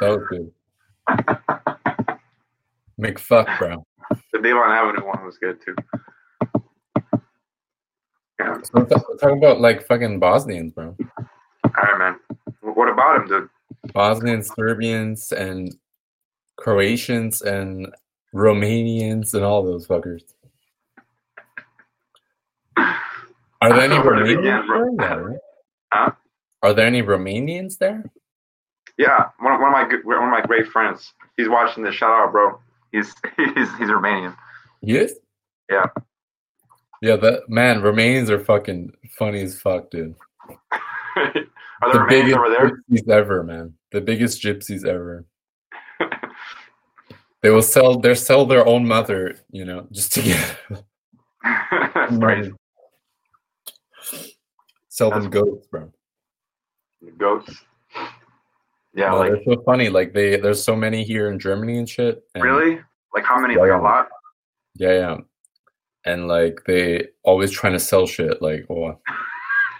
S2: that was good. McFuck, bro.
S1: The Devon Avenue one was good too. Yeah.
S2: So we're ta- we're talking about like fucking Bosnians, bro.
S1: All right, man. Wh- What about him, dude?
S2: Bosnians, Serbians, and Croatians and Romanians and all those fuckers. Are there any
S1: Where to
S2: Romanians
S1: begin, bro?
S2: there? though, right?
S1: Huh?
S2: Are there any Romanians there?
S1: Yeah, one, of- one of my good, one of my great friends. He's watching this. Shout out, bro. He's [laughs] he's he's Romanian. [laughs]
S2: Yes.
S1: Yeah.
S2: Yeah, that man, Romanians are fucking funny as fuck, dude.
S1: Are there Romanians over there?
S2: [laughs] gypsies ever, man. The biggest gypsies ever. they will sell they sell their own mother, you know, just to get
S1: [laughs] That's crazy.
S2: sell
S1: That's-
S2: them goats, bro.
S1: The goats. Yeah,
S2: No,
S1: like
S2: they're so funny. Like they there's so many here in Germany and shit. And,
S1: really? Like how many? Like a
S2: Yeah.
S1: lot?
S2: Yeah, yeah. And like they always trying to sell shit. Like,
S1: [laughs]
S2: oh.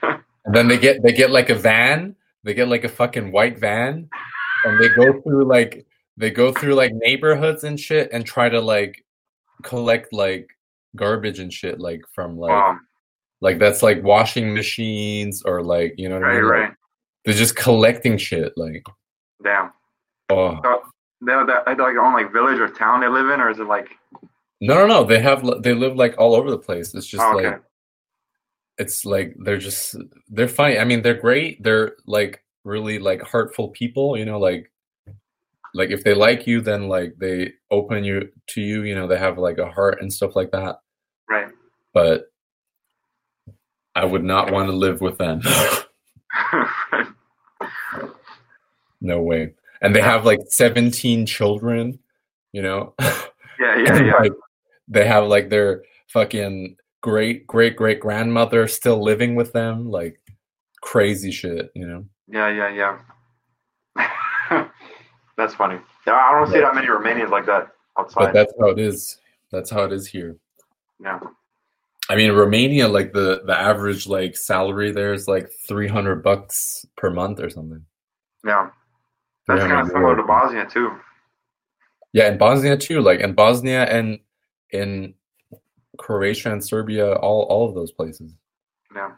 S2: and then they get they get like a van. They get like a fucking white van, and they go through like they go through like neighborhoods and shit, and try to like collect like garbage and shit, like from like
S1: Um,
S2: like that's like washing machines or like you know what I
S1: right,
S2: mean? Like,
S1: right.
S2: they're just collecting shit. Like,
S1: Damn.
S2: oh
S1: They have that, like their own like village or town they live in, or is it like?
S2: no, no, no. They have li- they live like all over the place. It's just
S1: Oh, okay.
S2: like it's like they're just they're funny. I mean, they're great. They're like really like heartful people, you know, like like if they like you then like they open you to you, you know, they have like a heart and stuff like that.
S1: Right. [laughs]
S2: But I would not want to live with them. [laughs] no way. And they have like 17 children, you know. [laughs]
S1: yeah, yeah, yeah.
S2: Like, they have like their fucking great great great grandmother still living with them, like crazy shit, you know.
S1: Yeah, yeah, yeah. [laughs] That's funny. Yeah, I don't see that many Romanians like that
S2: but
S1: outside.
S2: that's how it is that's how it is here
S1: yeah.
S2: i mean romania like the the average like salary there is like 300 bucks per month or something
S1: Yeah. That's
S2: 300
S1: kind of similar to
S2: euros.
S1: Bosnia too.
S2: yeah and bosnia too like in bosnia and in croatia and serbia all all of those places
S1: Yeah.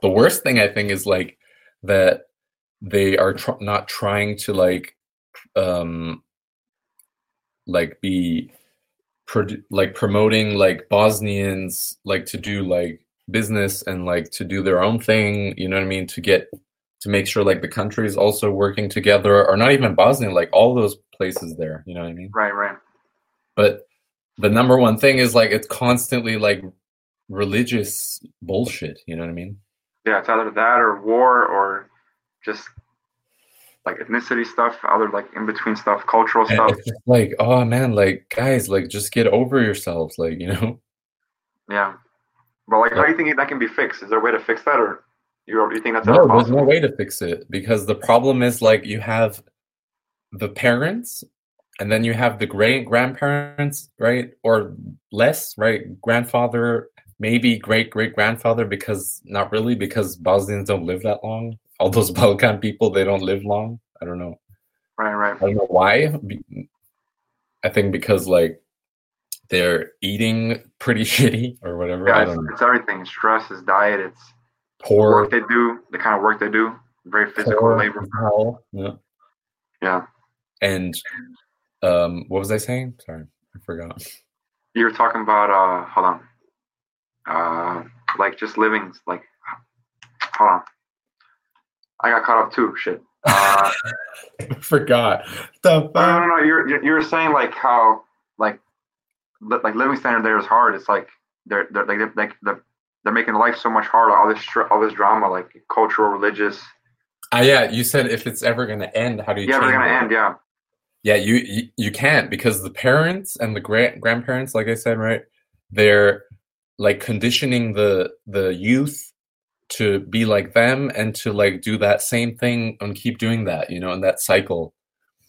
S2: the worst thing i think is like that they are tr- not trying to like um like be produ- like promoting like bosnians like to do like business and like to do their own thing you know what i mean to get to make sure like the country is also working together or not even bosnia like all those places there you know what i mean
S1: Right, right.
S2: but the number one thing is like it's constantly like religious bullshit you know what i mean
S1: Yeah, it's either that or war or just like ethnicity stuff, other like in between stuff, cultural
S2: And
S1: stuff.
S2: it's just like, oh man, like guys, like just get over yourselves, like you [laughs] know.
S1: Yeah. But like, how do you think that can be fixed? Is there a way to fix that, or you you think that's ever
S2: No, there's no
S1: possible?
S2: way to fix it because the problem is like you have the parents, and then you have the great grandparents, right, or less, right, grandfather, maybe great great grandfather because not really because Bosnians don't live that long. All those [laughs] Balkan people they don't live long. I don't know.
S1: Right, right.
S2: I don't know why. I think because like they're eating pretty [laughs] shitty or whatever.
S1: Yeah,
S2: I
S1: it's,
S2: don't know.
S1: it's everything. It's stress, it's diet, it's the
S2: Poor,
S1: work they do, the kind of work they do, very physical
S2: poor
S1: labor.
S2: hell. Yeah.
S1: Yeah.
S2: And um, what was I saying? Sorry, I forgot.
S1: You were talking about uh, hold on, uh, like just living, like hold on. I got caught up too. Shit. Uh,
S2: [laughs] I forgot. The
S1: No, no,
S2: fuck?
S1: no. no, You're you're- you're saying like how like li- like living standard there is hard. It's like they're they're like they're, like they're, they're making life so much harder. All this str- all this drama, like cultural, religious.
S2: Ah, yeah, you said if it's ever gonna end, how do you?
S1: Yeah, we're
S2: change
S1: gonna
S2: it?
S1: end. Yeah,
S2: Yeah, you you, you can't because the parents and the grand grandparents, like I said, right? They're like conditioning the the youth to be like them and to like do that same thing and keep doing that, you know, in that cycle.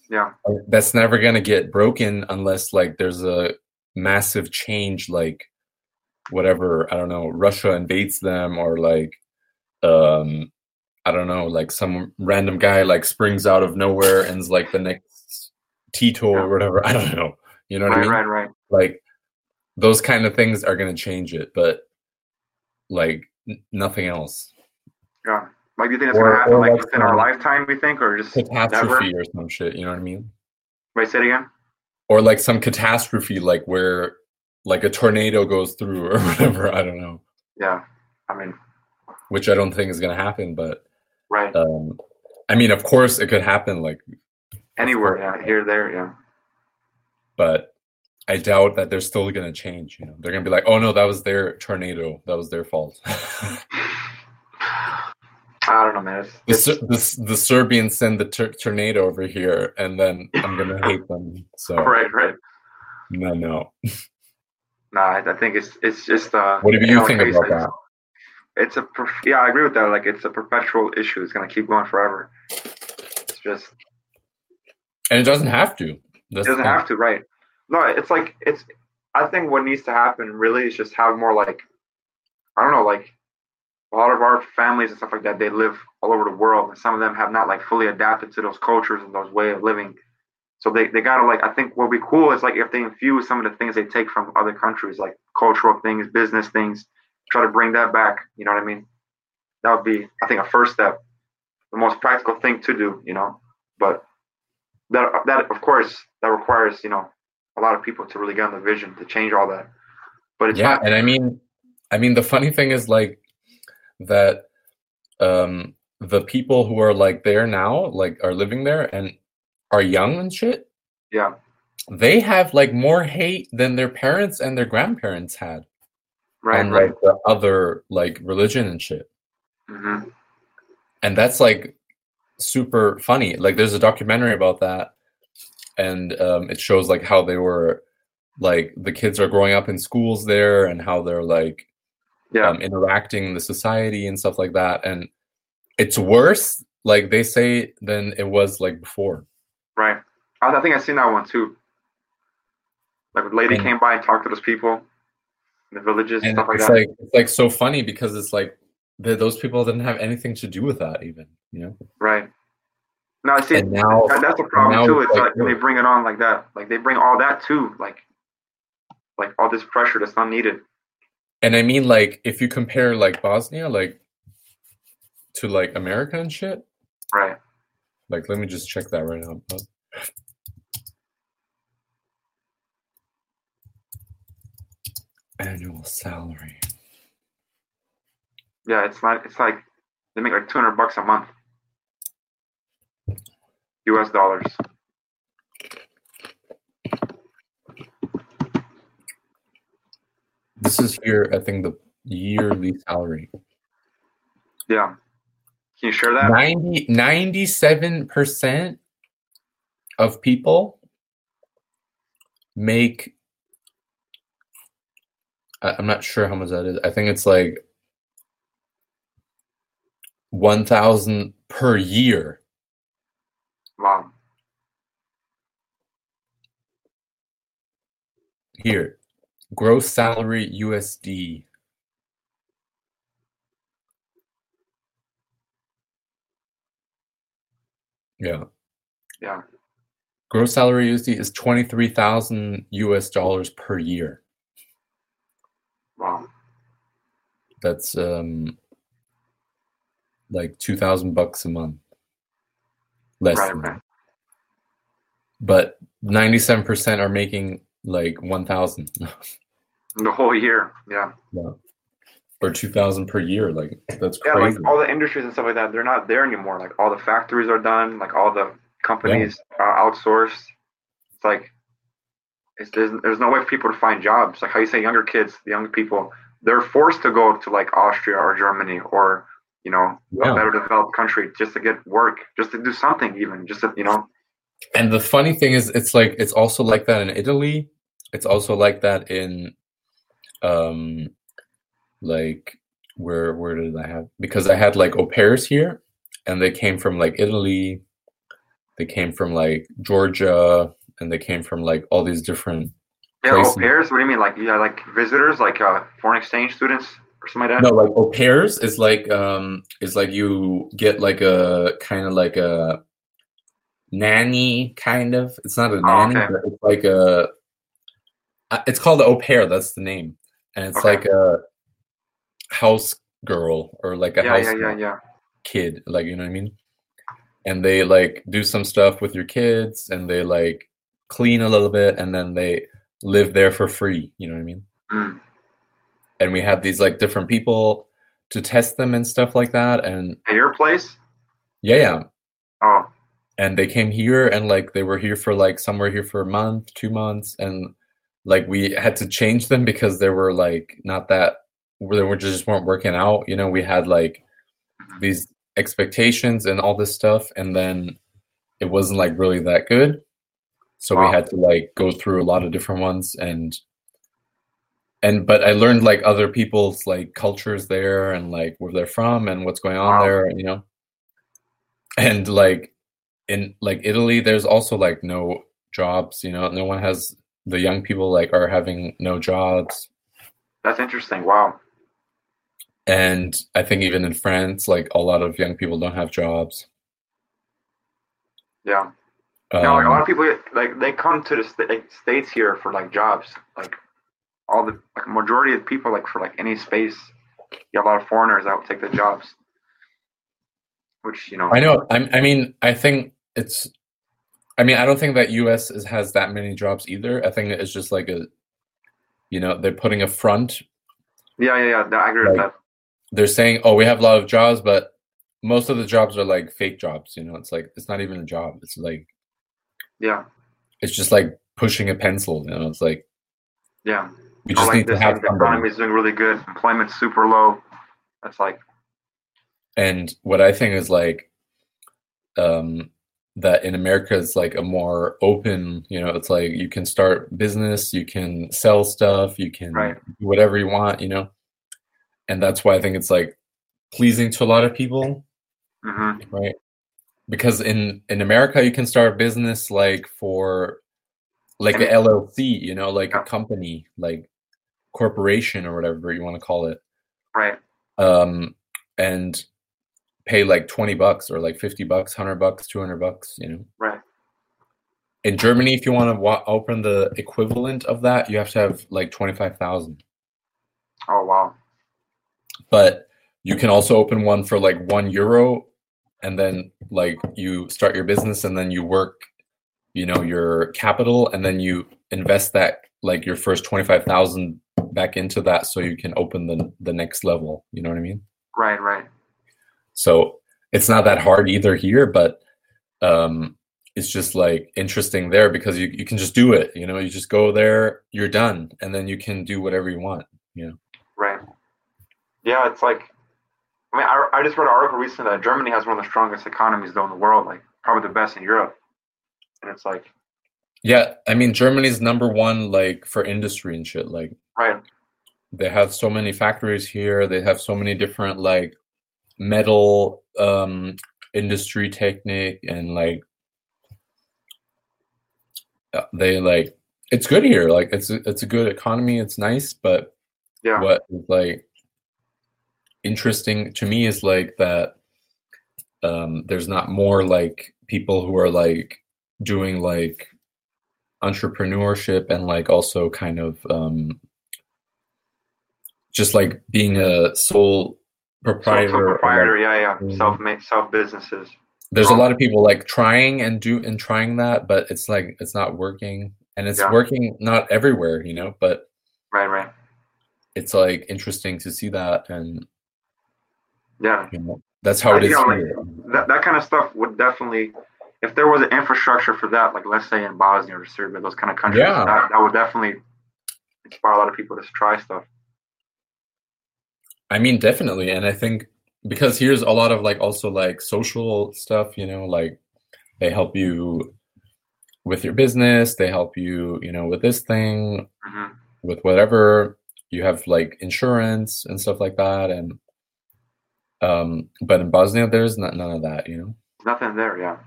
S1: yeah,
S2: That's never gonna get broken unless like there's a massive change, like whatever, I don't know, Russia invades them or like um I don't know, like some random guy like springs out of nowhere and's like the next Tito or whatever. I don't know. You know what I
S1: right,
S2: mean?
S1: right, right.
S2: Like those kind of things are gonna change it, but like n- nothing else.
S1: Yeah. Like, do you think it's
S2: Or-
S1: gonna happen
S2: or
S1: like
S2: like uh,
S1: within our
S2: some-
S1: lifetime? We think, or
S2: [laughs]
S1: just never?
S2: Catastrophe or some shit, you know what I mean?
S1: Wait, say it again.
S2: Or like some catastrophe like where like a tornado goes through [laughs] or whatever, I don't know.
S1: Yeah. I mean,
S2: Which I don't think is gonna happen, but
S1: right.
S2: um I mean of course it could happen like
S1: Anywhere. Yeah. Here, there. Yeah.
S2: but I doubt that they're still going to change. You know, they're going to be like, "Oh no, that was their tornado. That was their fault." [laughs]
S1: I don't know, man. It's,
S2: the, Ser- the S- the Serbians send the tur tornado over here, and then I'm going to hate them. So
S1: right, right.
S2: no, no.
S1: Nah, I, I think it's it's just uh.
S2: What do you
S1: know,
S2: think
S1: like you
S2: about
S1: said,
S2: that?
S1: it's a per- yeah i agree with that like it's a perpetual issue it's going to keep going forever it's just
S2: And it doesn't have to.
S1: it doesn't have to right no it's like it's i think what needs to happen really is just have more like i don't know like a lot of our families and stuff like that they live all over the world and some of them have not like fully adapted to those cultures and those way of living so they, they gotta like i think what would be cool is like if they infuse some of the things they take from other countries like cultural things business things try to bring that back you know what i mean that would be i think a first step the most practical thing to do you know but that that of course that requires you know a lot of people to really get on the vision to change all that but it's
S2: yeah
S1: not
S2: and i mean i mean the funny thing is like that um the people who are like there now like are living there and are young and shit
S1: Yeah.
S2: they have like more hate than their parents and their grandparents had
S1: right
S2: on
S1: right
S2: like the other like religion and shit
S1: hmm
S2: and that's like super funny like there's a documentary about that and um, it shows like how they were like the kids are growing up in schools there and how they're like
S1: yeah
S2: um, interacting in the society and stuff like that. And it's worse, like they say, than it was like before.
S1: right I, I think i seen that one too like a lady
S2: And-
S1: came by and talked to those people in the villages and
S2: And
S1: stuff like
S2: it's
S1: that
S2: like it's like so funny because it's like th those people didn't have anything to do with that, even you know.
S1: right no see
S2: And now,
S1: that, that's a
S2: now
S1: problem too
S2: it's
S1: it's
S2: like-
S1: like when they bring it on like that like they bring all that too like like all this pressure that's not needed
S2: and I mean, like if you compare like Bosnia, like to like America and shit.
S1: right
S2: Like, let me just check that right now. Annual salary.
S1: yeah it's not it's like they make like 200 bucks a month us dollars
S2: This is here, I think, the yearly salary.
S1: yeah can you share that
S2: 90, 97% of people make, I- I'm not sure how much that is. I think it's like 1,000 per year.
S1: wow
S2: Here, gross salary USD. Yeah.
S1: Yeah.
S2: Gross salary USD is 23,000 US dollars per year.
S1: Wow.
S2: That's um like 2,000 bucks a month. Less.
S1: Right,
S2: than
S1: right.
S2: that. But 97% are making like 1,000
S1: The whole year. Yeah.
S2: or 2,000 per year. Like that's
S1: Yeah,
S2: crazy.
S1: like all the industries and stuff like that, they're not there anymore. Like all the factories are done, like all the companies are outsourced. It's like it's, there's, there's no way for people to find jobs. Like how you say younger kids, the young people, they're forced to go to like Austria or Germany or you know
S2: Yeah.
S1: a better developed country just to get work, just to do something even, just to you know
S2: And the funny thing is, it's like it's also like that in Italy. It's also like that in, um, like where where did I have? Because I had like au pairs here, and they came from like Italy, they came from like Georgia, and they came from like all these different.
S1: yeah, au
S2: Placement.
S1: pairs. What do you mean? Like yeah, like visitors, like uh, foreign exchange students or something like that.
S2: No, like au pairs is like um is like you get like a kind of like a nanny kind of. It's not a
S1: Oh,
S2: nanny,
S1: okay.
S2: but it's like a. uh, It's called the au pair. That's the name, and it's
S1: Okay.
S2: like a house girl or like a
S1: yeah,
S2: house
S1: yeah, yeah, yeah.
S2: kid. Like you know what I mean? And they like do some stuff with your kids, and they like clean a little bit, and then they live there for free. You know what I mean?
S1: Mm.
S2: and we had these like different people to test them and stuff like that and
S1: At your place?
S2: yeah yeah
S1: Oh,
S2: and they came here and like they were here for like somewhere here for a month two months and like we had to change them because they were like not that they were just weren't working out you know we had like these expectations and all this stuff and then it wasn't like really that good so
S1: Wow.
S2: we had to like go through a lot of different ones and and but i learned like other people's like cultures there and like where they're from and what's going on
S1: Wow.
S2: there you know and like in like Italy, there's also like no jobs. You know, no one has the young people like are having no jobs,
S1: that's interesting. Wow.
S2: and I think even in France, like a lot of young people don't have jobs.
S1: Yeah.
S2: Um,
S1: No, like a lot of people like they come to the sta- like, states here for like jobs. Like all the like majority of people like for like any space, you have a lot of foreigners that will take the jobs. Which you know,
S2: I know. I'm, I mean, I think it's. I mean, I don't think that U.S. Is, has that many jobs either. I think it's just like a, you know, they're putting a front
S1: yeah, yeah, yeah. I agree with
S2: Like-
S1: that.
S2: they're saying, "Oh, we have a lot of jobs, but most of the jobs are like fake jobs." You know, it's like it's not even a job. It's like
S1: Yeah,
S2: it's just like pushing a pencil. You know, it's like
S1: yeah.
S2: we
S1: Or,
S2: just
S1: Oh, like
S2: need to
S1: this,
S2: have
S1: like, the economy
S2: somebody.
S1: is doing really good. Employment's super low. That's like
S2: And what I think is like um, that in America is like a more open. You know, it's like you can start business, you can sell stuff, you can
S1: Right.
S2: do whatever you want. You know, and that's why I think it's like pleasing to a lot of people.
S1: hmm
S2: right because in in america you can start a business like for like a llc you know like a
S1: Yeah.
S2: company like corporation or whatever you want to call it
S1: right.
S2: um and pay like 20 bucks or like 50 bucks 100 bucks 200 bucks you know
S1: Right.
S2: in germany if you want to wa- open the equivalent of that you have to have like 25000
S1: Oh wow.
S2: but you can also open one for like one euro and then like you start your business and then you work you know your capital and then you invest that like your first 25000 back into that so you can open the the next level you know what i mean
S1: Right, right.
S2: so it's not that hard either here but um it's just like interesting there because you, you can just do it you know you just go there you're done and then you can do whatever you want
S1: Right. Yeah, it's like, I mean, I, I just read an article recently that Germany has one of the strongest economies though in the world, like probably the best in Europe. And it's like,
S2: yeah i mean germany's number one like for industry and shit like
S1: right,
S2: they have so many factories here they have so many different like metal um industry technique and like uh, they like it's good here like it's a, it's a good economy it's nice but
S1: yeah,
S2: what is like interesting to me is like that um, there's not more like people who are like doing like entrepreneurship and like also kind of um, just like being a sole proprietor.
S1: Sole proprietor, yeah, yeah.
S2: Mhm.
S1: Self-made, self businesses.
S2: there's
S1: Um,
S2: a lot of people like trying and do and trying that, but it's like it's not working, and it's
S1: Yeah.
S2: working not everywhere, you know. But
S1: Right, right.
S2: it's like interesting to see that, and
S1: Yeah,
S2: you know, that's how it
S1: Yeah,
S2: is
S1: like,
S2: here.
S1: that that kind of stuff would definitely, if there was an infrastructure for that, like let's say in Bosnia or Serbia, those kind of countries,
S2: Yeah.
S1: that, that would definitely inspire a lot of people to try stuff.
S2: I mean, definitely, and I think because here's a lot of like also like social stuff, you know, like they help you with your business, they help you, you know, with this thing,
S1: hmm
S2: with whatever you have like insurance and stuff like that, and um, but in Bosnia there's not, none of that, you know,
S1: Nothing there, yeah.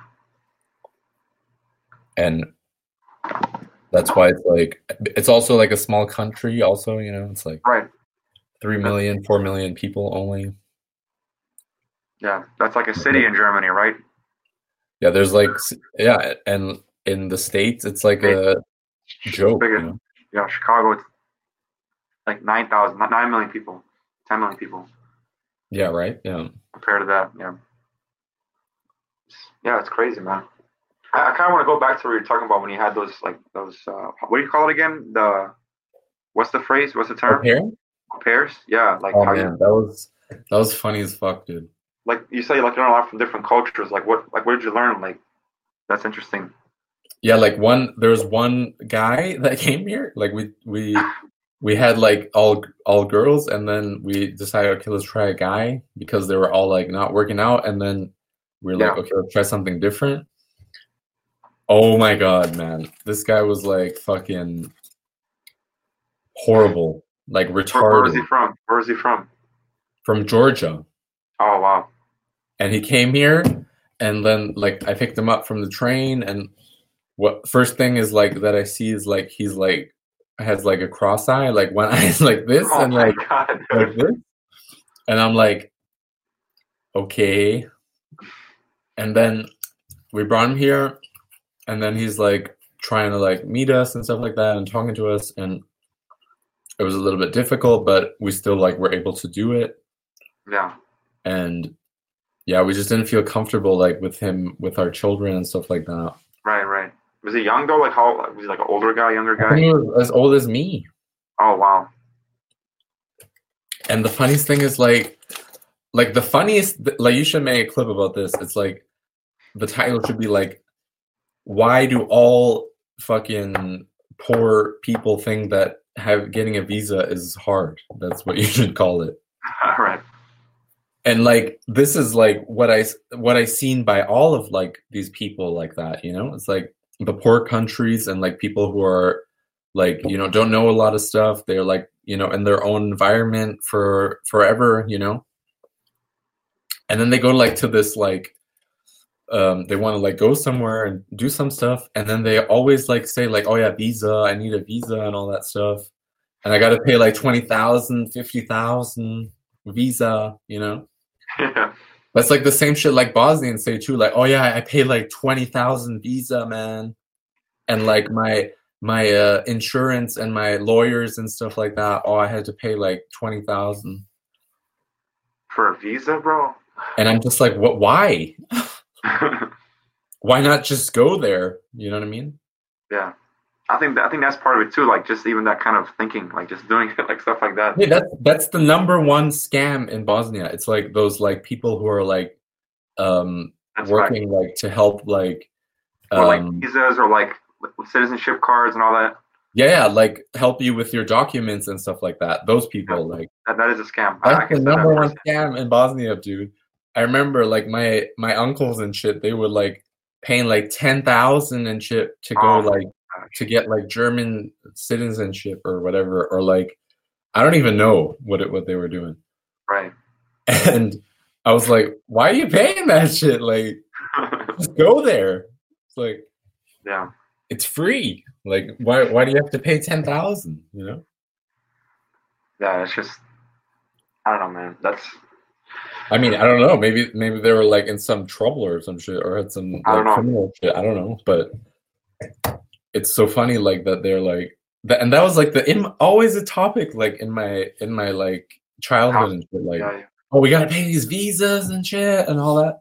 S2: and that's why it's like it's also like a small country, also, you know, it's like
S1: Right.
S2: three million, four million people only.
S1: Yeah, that's like a city in Germany, right?
S2: Yeah, there's like s- yeah, and in the states it's like a joke. You
S1: Bigger.
S2: know?
S1: Yeah, Chicago, it's like 9,000, not 9 million people, 10 million people
S2: Yeah, right. Yeah,
S1: compared to that. Yeah. Yeah, it's crazy, man. I, I kind of want to go back to what you were talking about when you had those, like, those, uh, what do you call it again? The, what's the phrase? What's the term?
S2: Here?
S1: Pairs? Yeah, like
S2: Oh
S1: how
S2: man,
S1: you,
S2: that was that was funny as fuck, dude.
S1: like you say, like, learn a lot from different cultures. Like, what, like, where did you learn? Like, that's interesting.
S2: Yeah, like one there's one guy [laughs] that came here. Like we we we had like all all girls, and then we decided okay, let's try a guy because they were all like not working out, and then we were like
S1: Yeah.
S2: okay, let's try something different. Oh my god, man, this guy was like fucking horrible, like
S1: Where, where is he
S2: retarded
S1: from? Where is he from?
S2: from Georgia.
S1: Oh, wow.
S2: and he came here and then like i picked him up from the train and what first thing is like that i see is like he's like has like a cross eye like one [laughs] eye is like this
S1: Oh,
S2: and
S1: my
S2: like,
S1: [laughs] God,
S2: like
S1: dude.
S2: this and i'm like okay and then we brought him here and then he's like trying to like meet us and stuff like that and talking to us and it was a little bit difficult but we still like were able to do it
S1: Yeah.
S2: and yeah we just didn't feel comfortable like with him with our children and stuff like that
S1: Right, right. Was he young though? Like how was he like an older guy, younger
S2: I think
S1: guy?
S2: he was as old as me
S1: Oh wow. [laughs]
S2: and the funniest thing is like like the funniest like you should make a clip about this it's like the title should be like why do all fucking poor people think that have getting a visa is hard that's what you should call it
S1: All right. [laughs]
S2: and like this is like what i what i seen by all of like these people like that you know it's like the poor countries and like people who are like you know don't know a lot of stuff they're like you know in their own environment for forever you know and then they go like to this like um they want to like go somewhere and do some stuff and then they always like say like oh yeah visa i need a visa and all that stuff and i got to pay like 20,000 50,000 visa you know
S1: Yeah.
S2: that's like the same shit like Bosnians say too. Like, oh yeah, I paid like twenty thousand visa, man, and like my my uh, insurance and my lawyers and stuff like that. Oh, I had to pay like twenty thousand,
S1: For a visa, bro? [laughs]
S2: and I'm just like, what? Why?
S1: yeah.
S2: Why not just go there? You know what I mean?
S1: I think I think that's part of it too, like just even that kind of thinking, like just doing [laughs] it like stuff like that.
S2: Hey, that's that's the number one scam in Bosnia. It's like those like people who are like um
S1: That's right.
S2: working like to help like
S1: Or like
S2: um,
S1: visas or like with citizenship cards and all that.
S2: yeah, yeah, like help you with your documents and stuff like that. Those people like.
S1: That that is a scam. I- I
S2: That's
S1: can
S2: the
S1: say that
S2: number one
S1: firsthand.
S2: scam in Bosnia, dude. I remember like my my uncles and shit. They were like paying like ten thousand and shit to go
S1: Oh,
S2: like
S1: gosh.
S2: to get like German citizenship or whatever, or like I don't even know what it, what they were doing. [laughs]
S1: Right. [laughs]
S2: And I was like, why are you paying that shit? Like, just go there. It's like
S1: yeah.
S2: it's free. Like, why why do you have to pay ten thousand? You know?
S1: Yeah, it's just I don't know, man. That's
S2: I mean, I don't know. Maybe maybe they were like in some trouble or some shit, or had some
S1: I don't
S2: like,
S1: know.
S2: criminal shit. I don't know, but it's so funny, like that they're like that, and that was like the in always a topic, like in my in my like childhood and shit, like
S1: yeah,
S2: oh, we gotta pay these visas and shit and all that.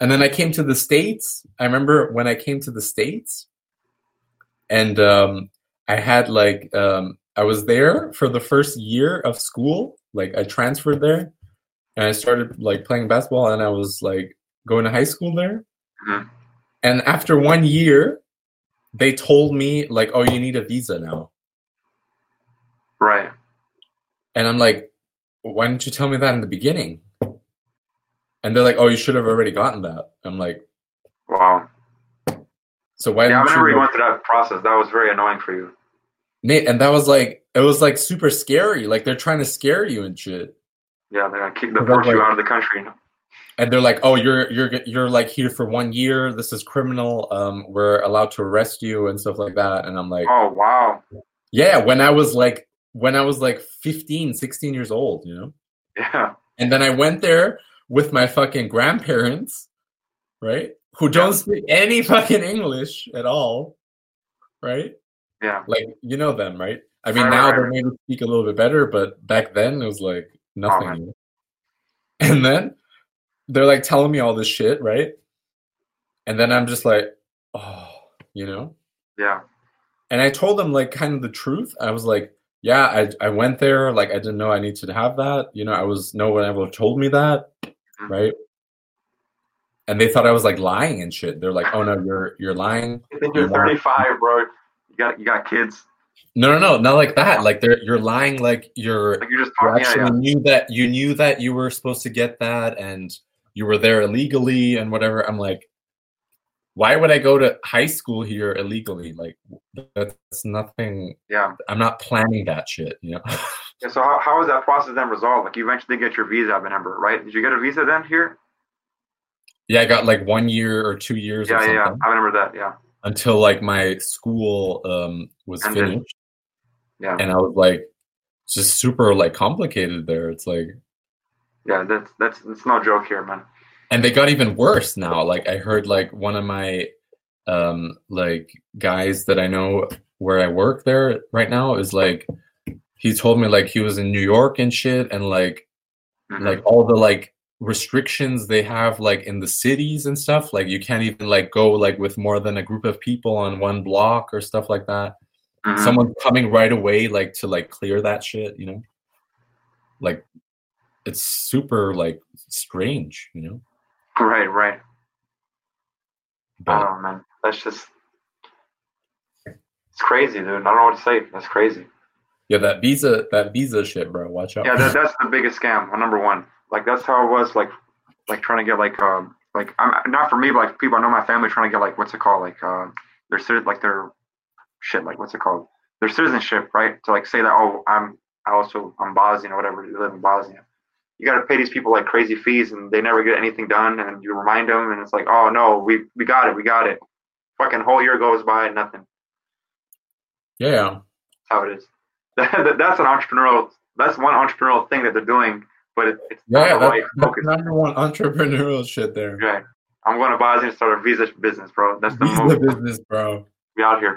S2: And then I came to the States. I remember when I came to the States and um, I had like, um, I was there for the first year of school. Like, I transferred there and I started like playing basketball and I was like going to high school there.
S1: Mhm.
S2: And after one year, they told me, like, oh, you need a visa now.
S1: right.
S2: And I'm like, why didn't you tell me that in the beginning? And they're like, oh, you should have already gotten that. I'm like,
S1: Wow.
S2: so why
S1: yeah, I
S2: didn't
S1: remember
S2: you?
S1: you
S2: like-"
S1: went through that process. That was very annoying for you.
S2: Nate, and that was like, it was like super scary. Like they're trying to scare you and shit.
S1: Yeah, they're gonna kick the
S2: Because
S1: force
S2: I'm
S1: you
S2: like-
S1: out of the country. you know?
S2: And they're like, oh, you're you're you're like here for one year. This is criminal. Um, we're allowed to arrest you and stuff like that. And I'm like,
S1: Oh wow. [laughs]
S2: yeah. When I was like, when I was like 15, 16 years old, you know.
S1: Yeah.
S2: And then I went there with my fucking grandparents, right? Who don't speak any fucking English at all, right?
S1: Yeah.
S2: Like, you know them, right? I mean,
S1: Right,
S2: now
S1: right,
S2: they maybe speak a little bit better, but back then it was like nothing.
S1: man.
S2: you know? And then they're like telling me all this shit, right? And then I'm just like, oh, you know?
S1: Yeah.
S2: and I told them like kind of the truth. I was like, yeah, I, I went there. Like I didn't know I needed to have that. You know, I was no one ever told me that, right? And they thought I was like lying and shit. They're like, oh no, you're you're lying.
S1: You think you're
S2: You want-
S1: 35, bro? You got you got kids.
S2: No, no, no, not like that. Like they're you're lying. Like you're
S1: Like you're just
S2: you
S1: talking.
S2: actually
S1: Yeah, yeah.
S2: knew that you knew that you were supposed to get that and you were there illegally and whatever i'm like why would i go to high school here illegally like that's nothing
S1: Yeah.
S2: i'm not planning that shit you know [laughs]
S1: Yeah, So how, how was that process then resolved? Like you eventually get your visa, I remember, right? Did you get a visa then here?
S2: yeah i got like one year or two years or
S1: Yeah, yeah,
S2: something
S1: yeah. I remember that. Yeah.
S2: until like my school um was
S1: Ended.
S2: finished
S1: Yeah.
S2: and i was like it's just super like complicated there it's like
S1: Yeah. That's that's it's no joke here, man.
S2: and they got even worse now like i heard like one of my um like guys that i know where i work there right now is like he told me like he was in new york and shit and like
S1: Mhm.
S2: like all the like restrictions they have like in the cities and stuff like you can't even like go like with more than a group of people on one block or stuff like that
S1: Mhm.
S2: someone's coming right away like to like clear that shit you know like it's super like strange you know
S1: [laughs] Right. Right.
S2: but
S1: I don't know, man. That's just it's crazy, dude. I don't know what to say. That's crazy.
S2: Yeah, that visa, that visa shit, bro. Watch out.
S1: Yeah, that, that's the biggest scam. uh, Number one, like that's how it was. Like, like trying to get like um like I'm not for me, but like people I know in my family trying to get like what's it called like um their citi- like their shit like what's it called their citizenship right to like say that oh I'm I also I'm Bosnian or whatever you live in Bosnia. You got to pay these people like crazy fees and they never get anything done and you remind them and it's like oh no we we got it we got it. Fucking whole year goes by and nothing.
S2: yeah, yeah.
S1: how it is. [laughs] That, that's an entrepreneurial. That's one entrepreneurial thing that they're doing, but it, it's
S2: yeah,
S1: not
S2: yeah,
S1: the
S2: that's,
S1: right
S2: that's
S1: focus.
S2: number one entrepreneurial shit there.
S1: Right. I'm going to Bosnia and start a visa business, bro. That's the
S2: Visa
S1: move.
S2: business, bro.
S1: We out here.